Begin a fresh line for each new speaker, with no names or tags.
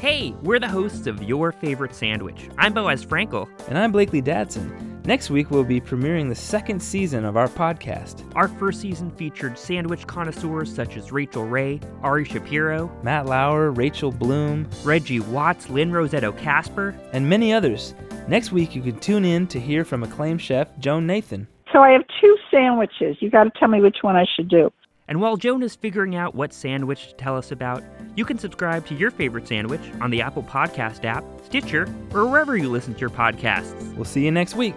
Hey, we're the hosts of Your Favorite Sandwich. I'm Boaz Frankel.
And I'm Blakely Dadson. Next week, we'll be premiering the second season of our podcast.
Our first season featured sandwich connoisseurs such as Rachel Ray, Ari Shapiro,
Matt Lauer, Rachel Bloom,
Reggie Watts, Lynn Rosetto Casper.
and many others. Next week, you can tune in to hear from acclaimed chef Joan Nathan.
So I have two sandwiches. You got to tell me which one I should do.
And while Joan is figuring out what sandwich to tell us about, you can subscribe to Your Favorite Sandwich on the Apple Podcast app, Stitcher, or wherever you listen to your podcasts.
We'll see you next week.